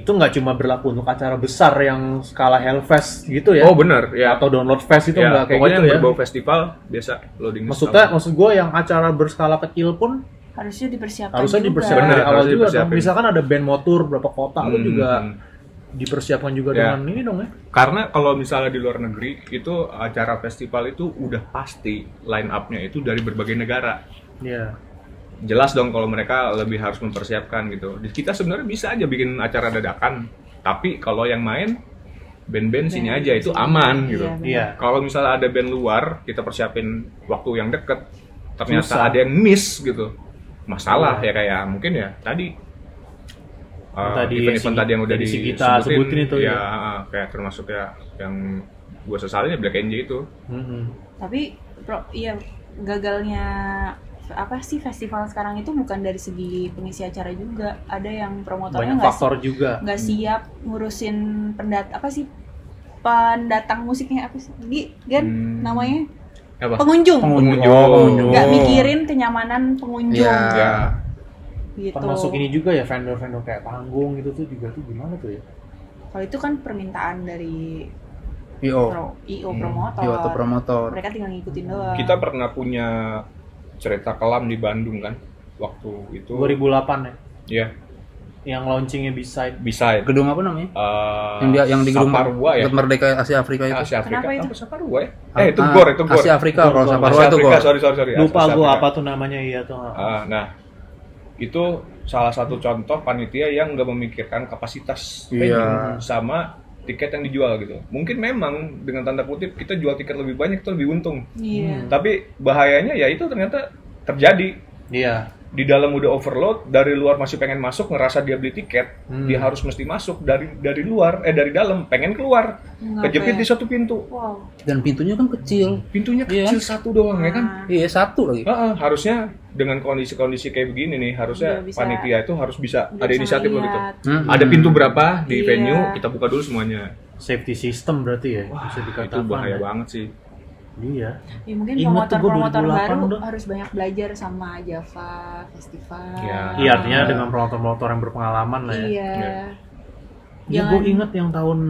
itu nggak cuma berlaku untuk acara besar yang skala Hellfest gitu ya Oh, bener ya. atau Download Fest itu ya, nggak kayak pokoknya gitu yang ya berbau festival biasa loading maksudnya setahun. maksud gue yang acara berskala kecil pun harusnya dipersiapkan harusnya Kan juga. dipersiapkan Benar, dari awal harusnya juga dong. dipersiapin. misalkan ada band motor berapa kota itu Hmm. juga dipersiapkan juga Ya. dengan ini Iya. dong ya Karena kalau misalnya di luar negeri itu acara festival itu udah pasti line up-nya itu dari berbagai negara. Iya. Jelas dong kalau mereka lebih harus mempersiapkan gitu. Di- Kita sebenarnya bisa aja bikin acara dadakan, tapi kalau yang main band-band sini aja itu aman gitu. Iya, benar. Iya. Kalau misalnya ada band luar, kita persiapin waktu yang deket, ternyata Susah. ada yang miss gitu. Masalah Iya. ya kayak mungkin ya tadi Yang eh, tadi event-event si- tadi yang udah tadi si disebutin, kita sebutin itu, ya, ya. eh, kayak termasuk ya yang gue sesalin ya Black NJ itu. Mm-mm. tapi pro, iya gagalnya apa sih festival sekarang itu bukan dari segi pengisi acara juga ada yang promotornya banyak nggak si- faktor juga nggak siap ngurusin pendat apa sih pendatang musiknya apa sih Gi, Gan Hmm. namanya Apa? pengunjung Pengunjung. Oh, pengunjung. nggak mikirin kenyamanan pengunjung Iya. Ya, gitu termasuk ini juga ya vendor-vendor kayak panggung gitu tuh juga tuh gimana tuh ya kalau itu kan permintaan dari PO. pro, io Hmm, promotor PO Iya, atau promotor. mereka tinggal ngikutin doang kita pernah punya cerita kelam di Bandung kan waktu itu 2008 ya ya yang launchingnya beside bisa ya, Gedung apa namanya? eh, Yang dia yang di gedung Saparua ya Gedung Merdeka Asia Afrika itu. Asia Afrika Kenapa itu? Apa Saparua ya eh itu Ah, gor itu gor Asia Afrika Gor, kalau gor. Saparua itu Afrika, gor. sorry sorry sorry. lupa Asia gue Afrika. apa tuh namanya iya tuh Iya, ya. Ah, nah, itu salah satu contoh panitia yang nggak memikirkan Iya. kapasitas venue sama tiket yang dijual gitu. Mungkin memang dengan tanda kutip kita jual tiket lebih banyak itu lebih untung. iya Tapi bahayanya ya itu ternyata terjadi iya di dalam udah overload dari luar masih pengen masuk ngerasa dia beli tiket Hmm. dia harus mesti masuk dari dari luar eh dari dalam pengen keluar Ngapa kejepit ya? di satu pintu wow Dan pintunya kan kecil. pintunya Iya. kecil satu doang ya kan Iya, satu lagi. Heeh, harusnya dengan kondisi-kondisi kayak begini nih, Udah harusnya Iya, bisa- panitia itu harus bisa Udah ada bisa inisiatif untuk itu. ngeliat. Hmm. Ada pintu berapa di Iya. venue, kita buka dulu semuanya. safety system berarti ya Wah, bisa dikatakan itu bahaya ya. banget sih. iya Ya, mungkin Ingat tuh gua 2008 promotor-promotor baru tuh. harus banyak belajar sama Java Festival. Iya. iya artinya dengan promotor-promotor yang berpengalaman lah ya Iya. Iya. Ya, Jangan- gue inget yang tahun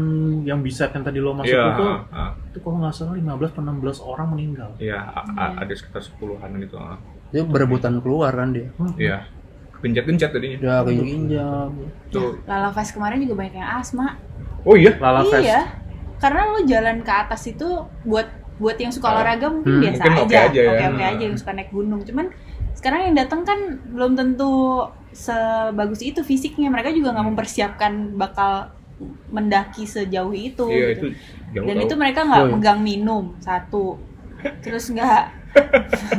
yang bisa yang tadi lo masuk Iya, itu, ah, ah, itu kalau nggak salah 15 atau 16 orang meninggal. iya, a- a- ada sekitar sepuluhan gitu. ah. Dia berebutan keluar kan dia. Hmm. Iya, gencet-gencet tadinya. Udah ginjal. Iya. Tuh. Lala Fest kemarin juga banyak yang asma. Oh iya, Lala Fest. iya. Karena lo jalan ke atas itu buat buat yang suka Ah. olahraga mungkin Hmm, biasa mungkin oke aja, aja ya. oke-oke aja yang suka naik gunung. Cuman sekarang yang datang kan belum tentu sebagus itu fisiknya. Mereka juga nggak mempersiapkan bakal mendaki sejauh itu Iya itu gitu. jauh dan tau. itu mereka nggak Woy. megang minum satu terus nggak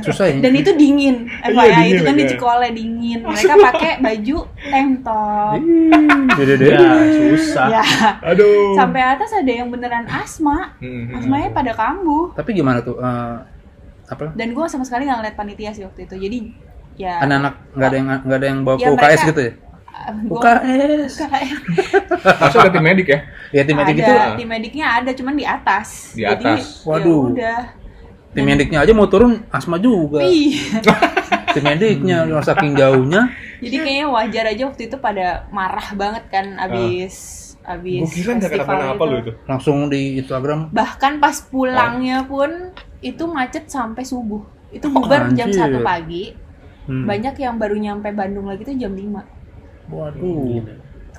susah ya dan itu dingin FYI Iya, dingin itu kan di mereka. Cikole dingin mereka pakai baju tank top Iya. Ya, susah. ya Aduh. sampai atas ada yang beneran asma Hmm, hmm. asmanya pada kambuh tapi gimana tuh eh, apa dan gue sama sekali nggak ngeliat panitia sih waktu itu jadi ya anak-anak nggak ada yang nggak ada yang bawa ke Ya, UKS mereka- gitu ya eh, gua- UKS Masa ada tim medik ya? ya tim medik ada itu tim mediknya ada cuman di atas Di Jadi, atas. ya Waduh. udah tim mediknya aja mau turun asma juga Iya. Ih. tim mediknya Hmm. saking jauhnya jadi kayaknya wajar aja waktu itu pada marah banget kan abis abis Gue Ah. kira nggak kenapa-napa lo itu. langsung di Instagram bahkan pas pulangnya pun itu macet sampai subuh itu bubar jam Oh, anjir. Hmm. 1 pagi Hmm. banyak yang baru nyampe Bandung lagi tuh jam 5 waduh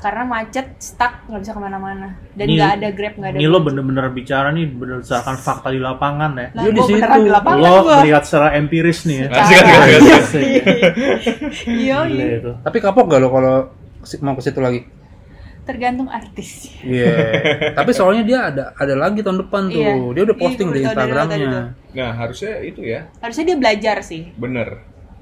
karena macet stuck nggak bisa kemana-mana dan Ini- nggak ada grab nggak ada Ini lo bener-bener bicara nih berdasarkan fakta di lapangan ya. lah Lu di gue beneran situ. di lapangan Lo kan gua. melihat secara empiris nih ya. Asik, asik, asik, asik. iya Gila iya. itu. tapi kapok gak lo kalau si- mau ke situ lagi tergantung artis Iya. Tapi soalnya dia ada ada lagi tahun depan tuh. Iya. Dia udah Iya, posting gua di udah tahu dari lo tadi Instagramnya. tuh. Nah harusnya itu ya, harusnya dia belajar sih bener.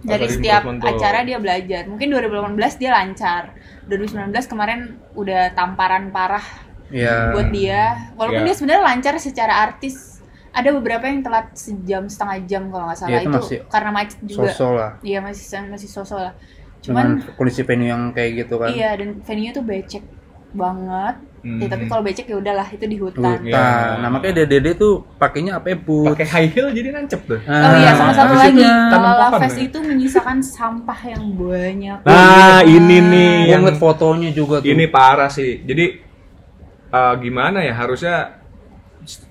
dari Harus setiap improvement tuh. acara dia belajar. Mungkin 2018 dia lancar. 2019 kemarin udah tamparan parah Iya. buat dia. Walaupun Iya. dia sebenarnya lancar secara artis. Ada beberapa yang telat sejam setengah jam kalau nggak salah Iya, itu itu, masih karena macet juga. Sosok lah. Iya masih masih sosok lah. Cuman Cuman kondisi venue yang kayak gitu kan. iya dan venue tuh becek banget. Hmm, Ya, tapi kalau becek ya udahlah itu di hutan. Hutan. Mhm. Iya. Nah, makanya Dede tuh pakainya apa ya, boot. Ah, pakai high heel jadi nancep tuh. Oh iya sama satu habis lagi itu tanam Lala pohon, Fest ya? itu menyisakan sampah yang banyak. Nah, ini nih Gua yang ngeliat fotonya juga tuh. ini parah sih. Jadi eh, gimana ya harusnya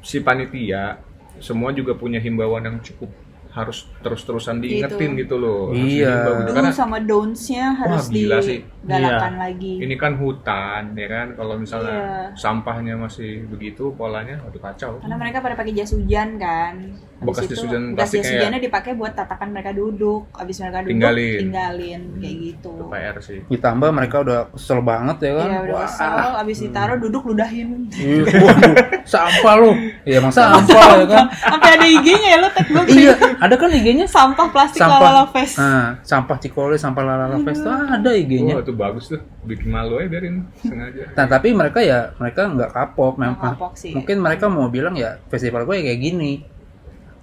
si panitia semua juga punya himbauan yang cukup harus terus-terusan diingetin Gitu. gitu, loh. Harus Iya. dihimbau gitu. Dulu Karena sama downs-nya harus gila sih. digalakan lagi. ini kan hutan ya kan kalau misalnya Iya. sampahnya masih begitu polanya waduh kacau. Karena mereka pada pakai jas hujan kan. Habis Bekas jas hujan bekas jas plastiknya ya? hujannya dipakai buat tatakan mereka duduk. Habis mereka duduk Tinggalin. ya. tinggalin, kayak gitu. Itu PR sih. Ditambah mereka udah kesel banget ya kan. Iya, udah Wah. kesel, Hmm. habis ditaruh duduk ludahin. Iya, waduh, sampah lu. Iya, emang sampah ya kan. Sampai ada IG-nya ya lo tag gue Iya, ada kan IG-nya sampah plastik sampah lala fest. Ah, sampah Cikole, sampah Lalala Fest tuh ada IG-nya. Wah, itu bagus tuh. Bikin malu aja biarin sengaja. Nah tapi mereka ya mereka nggak kapok memang. Nggak kapok iya. sih. Mungkin mereka mau bilang ya festival gue ya kayak gini.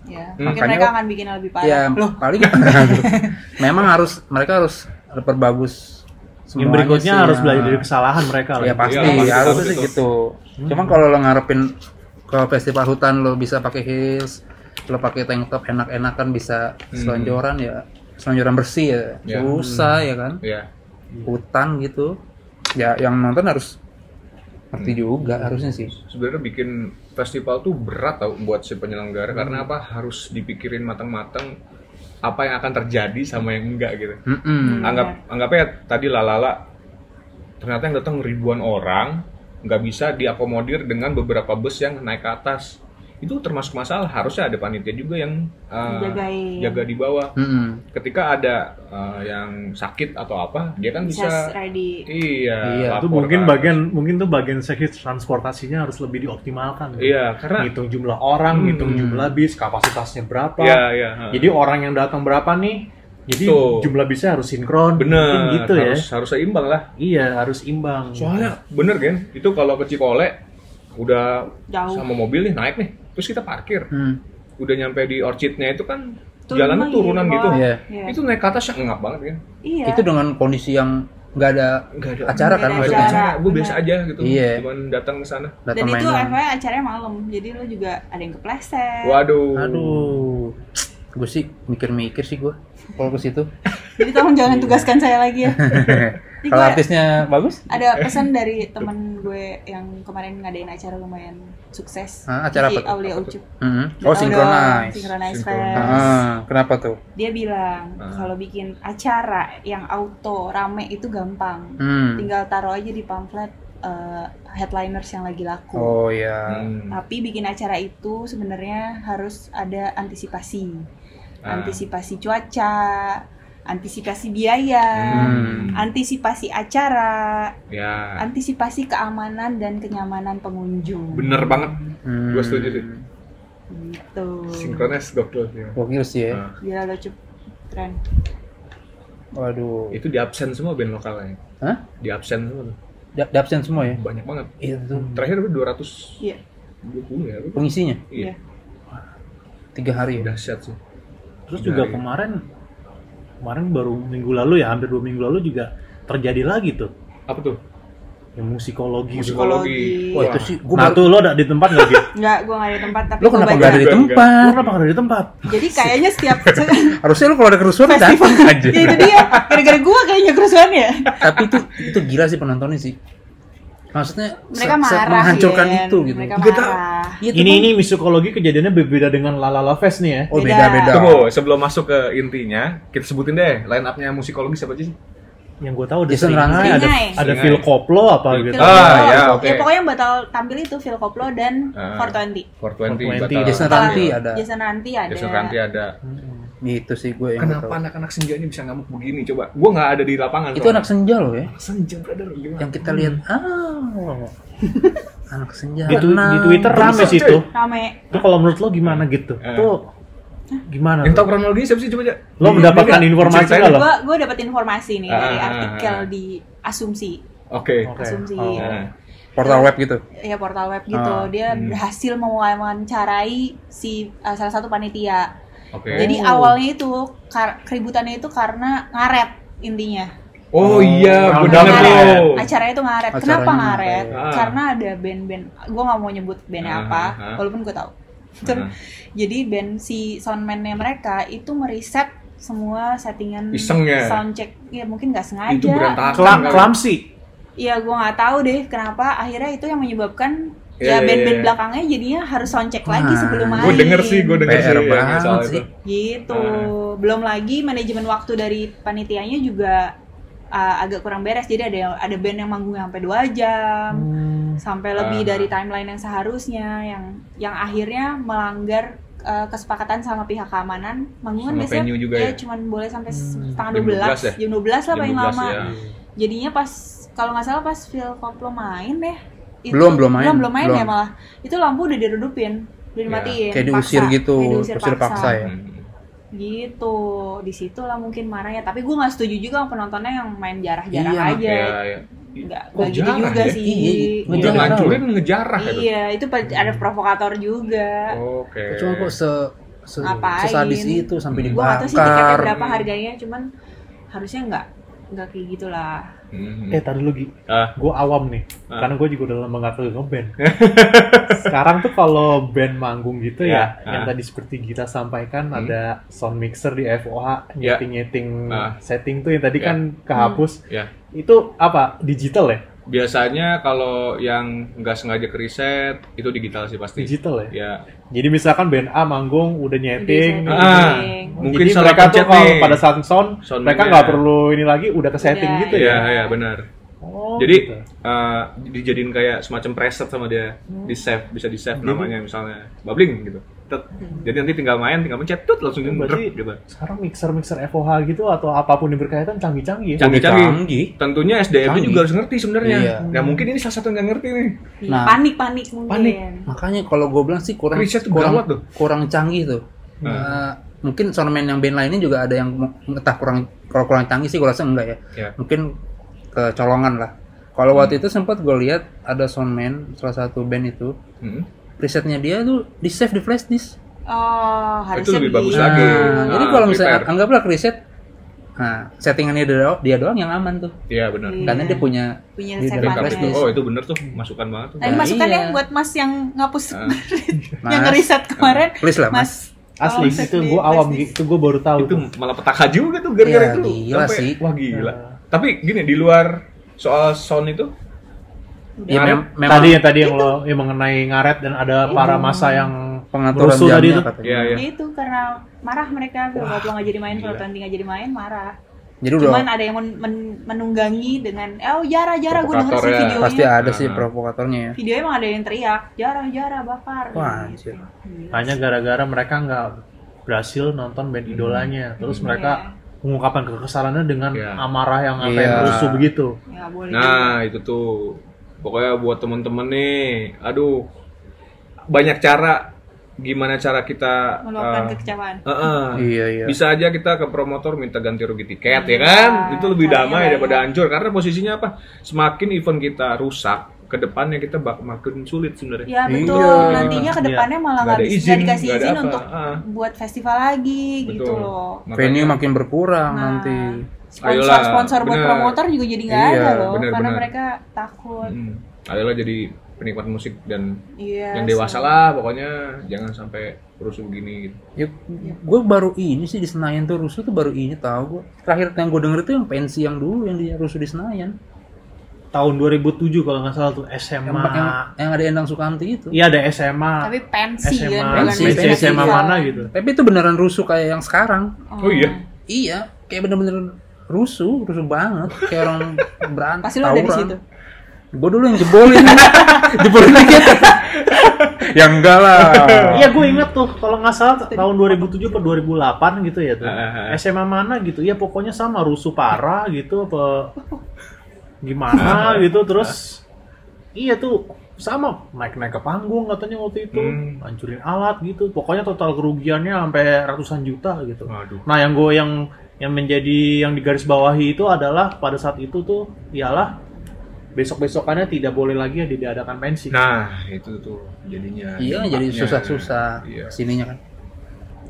Ya, Hmm, mungkin makanya mereka lo- akan bikin lebih parah. Ya paling memang harus mereka harus perbagus. Yang semuanya berikutnya sih, harus ya. belajar dari kesalahan mereka lah. Ya pasti Iya, pasti, harus pasti sih itu. gitu. Cuman kalau lo ngarepin ke festival hutan lo bisa pakai heels, lo pakai tank top enak-enakan bisa selonjoran ya selonjoran bersih ya Ya. susah ya kan Iya. hutan gitu ya yang nonton harus ngerti juga harusnya sih Sebenarnya bikin festival tuh berat tau buat si penyelenggara karena apa harus dipikirin matang-matang apa yang akan terjadi sama yang enggak gitu. Mm-mm. Anggap anggapnya tadi lalala ternyata yang datang ribuan orang nggak bisa diakomodir dengan beberapa bus yang naik ke atas itu termasuk masalah harusnya ada panitia juga yang eh, Jagain. jaga di bawah Mm-mm. ketika ada eh, yang sakit atau apa dia kan Bisa bisa ready. iya, Iya, Itu lapor mungkin kan. bagian mungkin tuh bagian seksi transportasinya harus lebih dioptimalkan. ya. iya karena Ngitung jumlah orang, Hmm. ngitung jumlah bis, kapasitasnya berapa. iya iya ha. Jadi orang yang datang berapa nih? Jadi Tuh. jumlah bisnya harus sinkron. Mungkin bener gitu harus ya. harus seimbang lah Iya, harus imbang. soalnya bener kan itu kalau ke Cikole udah Jauh. sama mobil nih naik nih terus kita parkir Mm. udah nyampe di orchidnya itu kan Turun jalannya lagi turunan ke gitu bawah. Iya. Iya. itu naik ke atas yang ngap banget kan Iya. itu dengan kondisi yang nggak ada nggak ada acara kan Nggak ada nggak ada maksudnya acara. acara gue biasa aja gitu Iya. cuman datang ke sana Dan datang itu mainan FYI acaranya malam, jadi lo juga ada yang kepleset. waduh aduh gue sih mikir-mikir sih gue kalau ke situ Jadi tolong Iya. jangan tugaskan saya lagi ya. Ini kalau gua- artisnya bagus ada pesan dari temen gue yang kemarin ngadain acara lumayan sukses. Hah, Ah, acara Kiki apa tuh? Aulia Ucup. Mm-mm. oh Tahu dong, synchronize Synchronize Synchronize. Fest. Ah, kenapa tuh Dia bilang kalau bikin acara yang auto rame itu gampang. Hmm. Tinggal taruh aja di pamflet eh, headliners yang lagi laku. oh ya Hmm. Tapi bikin acara itu sebenarnya harus ada antisipasi. Ah. Antisipasi cuaca, antisipasi biaya, Hmm. antisipasi acara, Ya, antisipasi keamanan dan kenyamanan pengunjung. bener banget. Hmm. Gua setuju sih. Gitu. Sinkronis gokil sih. Gokil sih ya. Nah. Gila lo cup keren. Waduh. Itu di absen semua band lokalnya. Hah? Di absen semua tuh. Di di absen semua ya? Banyak banget. Iya tuh. Terakhir berapa? 220 Iya. ya. berapa? Pengisinya Iya. Iya. tiga hari ya. Dahsyat sih. Terus juga Dari- kemarin kemarin baru minggu lalu ya, hampir dua minggu lalu juga terjadi lagi tuh Apa tuh? yang musikologi. Musikologi. Iya. Wah itu sih. Gua nah baru, tuh lo ada di tempat nggak gitu? Enggak, gua nggak ada tempat tapi lo gua kenapa baca. nggak ada di Enggak, Lo enggak. tempat? kenapa nggak ada di tempat? Jadi kayaknya setiap Harusnya lo kalau ada kerusuhan festival datang aja. ya itu dia gara-gara gua kayaknya kerusuhan ya. Tapi itu itu gila sih penontonnya sih. Maksudnya Mereka se- se- marah. menghancurkan Yen. itu gitu. Mereka Kita- marah. Iya, tuh, Ini Bang. ini musikologi kejadiannya berbeda dengan La La La Fest nih ya. Oh Beda. beda beda. Tunggu, sebelum masuk ke intinya, kita sebutin deh line up-nya musikologi siapa aja sih? Yang gue tahu ada Jason Seringai, Rangai. ada Seringai. ada Seringai. Ya, Phil Koplo apa gitu. Koplo. Ah, ya, oke. Ya pokoknya yang bakal tampil itu Phil Koplo dan Ah. 420. 420, 420. batal. Iya. Jason Kalau Ranti ada. Iya, Jason Ranti ada. Jason Ranti ada. Mm-mm. Itu Gitu sih gue yang Kenapa tahu. anak-anak senja ini bisa ngamuk begini? Coba, gua nggak ada di lapangan. Itu anak senja loh ya. senja, brother. Gimana? Yang kita lihat ah. Anak senja. Hmm. Di, tu- di enam. Twitter rame Bisa, sih cuy. itu. Rame. Itu kalau menurut lo gimana gitu? Eh. Tuh gimana? Yang tuh? tahu kronologi siapa sih coba Iya, aja? Lo mendapatkan informasi Iya, nggak lo? Gua gua dapat informasi nih dari Ah. artikel di Asumsi. Oke. Oke. Asumsi. Oh. Nah, portal web gitu. ya portal web gitu Ah, dia hmm. berhasil mewawancarai si uh, salah satu panitia Oke. jadi awalnya itu kar- keributannya itu karena ngaret intinya Oh iya, Oh, benar ngaret. tuh. Nah, acaranya itu ngaret Acaranya kenapa ngaret. ngaret Ah. karena ada band-band gue nggak mau nyebut bandnya Ah, apa ah, ah. walaupun gue tahu Terus, jadi band si soundman-nya mereka itu meriset semua settingan Iseng ya? soundcheck ya mungkin nggak sengaja Itu berantakan. Kelam, kali. klamsi. Iya, gue nggak tahu deh kenapa akhirnya itu yang menyebabkan ya Iya, iya, band-band iya. belakangnya jadinya harus soundcheck lagi Nah, sebelum main. Gue denger sih, gue denger PR sih. yang banget soal sih. itu. Gitu. Ah. Belum lagi manajemen waktu dari panitianya juga uh, agak kurang beres. Jadi ada yang- ada band yang manggung sampai dua jam, Hmm. sampai lebih Ah. dari timeline yang seharusnya, yang yang akhirnya melanggar uh, kesepakatan sama pihak keamanan. Manggungan Sama biasanya venue juga ya, ya? cuman boleh sampai Hmm. setengah Jam 12 ya? 12, jam 12 lah Jam paling 12, lama ya. jadinya pas kalau nggak salah pas Phil Koplo main deh itu- Belum, belum main. belum belum main ya Belum. Iya, malah itu lampu udah dirudupin udah dimatiin Kayak diusir paksa. gitu, Kayak diusir, diusir paksa. paksa ya. Hmm. gitu disitulah mungkin marahnya tapi gue nggak setuju juga sama penontonnya yang main jarah-jarah Iya, aja Iya, iya. nggak Kok nggak gitu jarah juga ya? sih Iya, iya. Udah Ngejarah. ngancurin ngejarah ya. tuh. iya itu pe- ada provokator Oh, juga Oke. Eh. Cuma kok se, se Ngapain? sesadis itu sampai Hmm. gue nggak tahu sih tiketnya dibakar. berapa harganya cuman harusnya nggak nggak kayak gitulah Hmm. Eh tadi lu Gi, Ah. gue awam nih, Ah. karena gue juga udah lama gak ke ngeband. Sekarang tuh kalau band manggung gitu ya, Ya, yang ah. tadi seperti kita sampaikan Hmm. ada sound mixer di FOH Ya. nyeting-nyeting Ah. setting tuh yang tadi Ya. kan kehapus. Ya. Itu apa? Digital ya? Biasanya kalau yang nggak sengaja ke riset itu digital sih pasti. Digital ya. Ya. Jadi misalkan band A manggung udah nyeting, Udah Ah. setting. Mungkin jadi salah mereka tuh pencet kalau nih. pada saat sound, Sound ya. mereka nya. nggak perlu ini lagi udah ke setting Udah, gitu ya. Iya, iya benar. Oh, Jadi gitu. eh, dijadiin kayak semacam preset sama dia. Hmm. Di save, bisa di save namanya misalnya bubbling gitu. Tet. Jadi nanti tinggal main, tinggal mencet tut langsung Hmm. Oh, nyender berarti- gitu. sekarang mixer-mixer FOH gitu atau apapun yang berkaitan canggih-canggih ya. Canggih-canggih. Canggih. Tentunya SDM-nya Canggih. juga harus ngerti sebenarnya. Iya. Nah, mungkin ini salah satu yang nggak ngerti nih. Iya, Nah. panik panik mungkin Panik. Makanya kalau gue bilang sih kurang Riset tuh kurang gawat tuh. kurang canggih tuh. Hmm. Eh, mungkin soundman yang band lainnya juga ada yang mu- entah kurang kalau kurang canggih sih gue rasa enggak ya. Ya. Mungkin kecolongan lah. Hmm. Kalau waktu itu sempat gue lihat ada soundman salah satu band itu Hmm. presetnya dia tuh di save di flash disk. Oh, harusnya lebih di- bagus Nah, lagi. jadi Ah, kalau misalnya prepare. anggaplah ke riset, nah settingannya dia doang, dia doang yang aman tuh, Iya benar. Iya. karena dia punya punya Di Iya. backup resep Backup Flash itu. disk. Oh, itu bener tuh. Masukan banget tuh. Tapi Nah, masukan iya. yang buat Mas yang ngapus Ah. yang Mas. ngeriset kemarin. list lah mas. Mas, Asli tolong set itu di gue awam flash disk. gitu, gue baru tahu. itu tuh. malah petaka juga tuh gara-gara Iya, itu. gila sih. Wah, gila. Nah. Tapi gini di luar soal sound itu Ya, Ngaret. mem- memang tadi yang tadi yang lo yang mengenai ngaret dan ada para masa yang pengaturan Rusuh jamnya tadi tuh. katanya. Iya, iya. Ya itu karena marah mereka kalau belum nggak jadi main, kalau Twenty nggak jadi main marah. Jadi udah Cuman ada yang men- men- menunggangi dengan oh jarah jarah gue denger sih Provokator ya. videonya. pasti ada sih Ah. provokatornya ya. Videonya emang ada yang teriak jarah jarah bakar. Gitu. Iya. Wah, anjir. Gila. Hmm. Iya, Iya. ya hanya gara-gara mereka nggak berhasil nonton band idolanya terus mereka pengungkapan kekesalannya dengan Iya. amarah yang apa Iya. yang rusuh begitu. Ya boleh. Nah, itu tuh. Pokoknya buat temen-temen nih, aduh. Banyak cara gimana cara kita Meluapkan eh, kekecewaan. eh, eh. Iya iya. Bisa aja kita ke promotor minta ganti rugi tiket ya kan? Iya, Itu lebih caranya damai banyak. daripada hancur karena posisinya apa? Semakin event kita rusak, ke depannya kita bak- makin sulit sebenarnya. Ya betul. Iya. Nantinya ke depannya malah Nggak nggak ada bisa izin, nggak dikasih nggak ada izin apa. untuk Ah. buat festival lagi gitu Betul. loh. Makanya- kan. Venue makin berkurang Nah. nanti. Sponsor Ayolah, sponsor buat bener. promotor juga jadi nggak Iya, ada loh bener, karena bener. mereka takut. Hmm. Ayolah jadi penikmat musik dan Iya. yang sih. dewasa lah pokoknya jangan sampai rusuh begini gitu. Iya. Ya, gue baru ini sih di Senayan tuh rusuh tuh baru ini tahu gue. Terakhir yang gue denger itu yang pensi yang dulu yang di rusuh di Senayan. Tahun 2007 kalau nggak salah tuh SMA. Yang, yang, yang ada Endang Sukanti itu. Iya ada SMA. Tapi pensi SMA, kan bukan pensi, pensi. pensi SMA Iya. mana gitu. Tapi itu beneran rusuh kayak yang sekarang. Oh iya. Iya, kayak bener-bener rusuh, rusuh banget. Kayak orang berantem. Pasti lo ada di situ. Gue dulu yang jebolin, jebolin dikit. ya enggak lah. Iya gue inget Iya, tuh kalau nggak salah tahun 2007 ke 2008 gitu Eh, ya tuh. Ah, ah, ah. SMA mana gitu. Ya pokoknya sama rusuh parah gitu apa gimana gitu terus iya tuh sama naik-naik ke panggung katanya waktu itu Hmm. hancurin alat gitu. Pokoknya total kerugiannya sampai ratusan juta gitu. Waduh. Nah, yang gue yang yang menjadi yang digarisbawahi itu adalah pada saat itu tuh ialah besok-besokannya tidak boleh lagi diadakan pensi. Nah, itu tuh jadinya. Iya, jadi dampaknya. susah-susah Iya. sininya kan.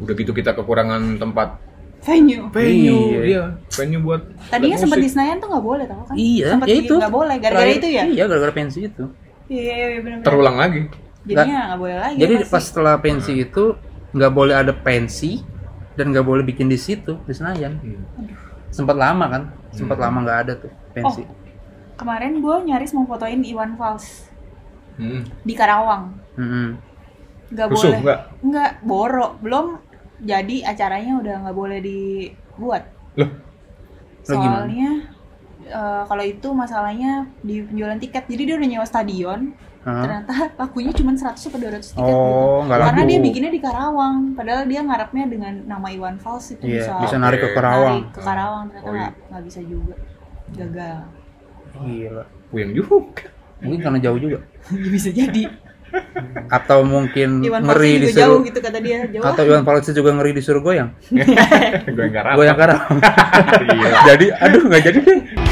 Udah gitu kita kekurangan tempat Venue. venue, Iya. iya. Venue buat Tadinya buat sempat di musik. Senayan tuh nggak boleh tau kan? Iya, Sempet ya di- itu. nggak boleh gara-gara Terakhir- itu ya. Iya, gara-gara pensi itu. Iya iya iya benar-benar. terulang lagi. Jadinya Iya nggak boleh lagi. jadi pasti. pas setelah pensi itu nggak boleh ada pensi dan nggak boleh bikin di situ di Senayan. Hmm. Sempat lama kan? Sempat lama nggak ada tuh pensi. Oh. kemarin gue nyaris mau fotoin Iwan Fals Hmm. di Karawang. Mm-mm. Nggak Rusuh, boleh. nggak? Nggak, borok. Belum jadi acaranya udah nggak boleh dibuat. Loh. Loh, gimana? Soalnya eh, kalau itu masalahnya di penjualan tiket. Jadi dia udah nyewa stadion, Hah? ternyata lakunya cuma 100 atau 200 tiket gitu. Oh, nggak laku. Karena dia bikinnya di Karawang, padahal dia ngarepnya dengan nama Iwan Fals itu Iya, bisa, bisa narik ke Oke. Karawang. narik ke Karawang, ternyata Oh, iya. nggak nggak bisa juga. Gagal. Gila. Puyeng juga. Mungkin karena jauh juga. bisa jadi. Atau mungkin Iwan Fals ngeri juga jauh disuruh gitu kata dia, jauh. atau Iwan Fals juga ngeri disuruh goyang. Gue Iya. enggak rapat. Goyang Karawang. Jadi aduh nggak jadi deh.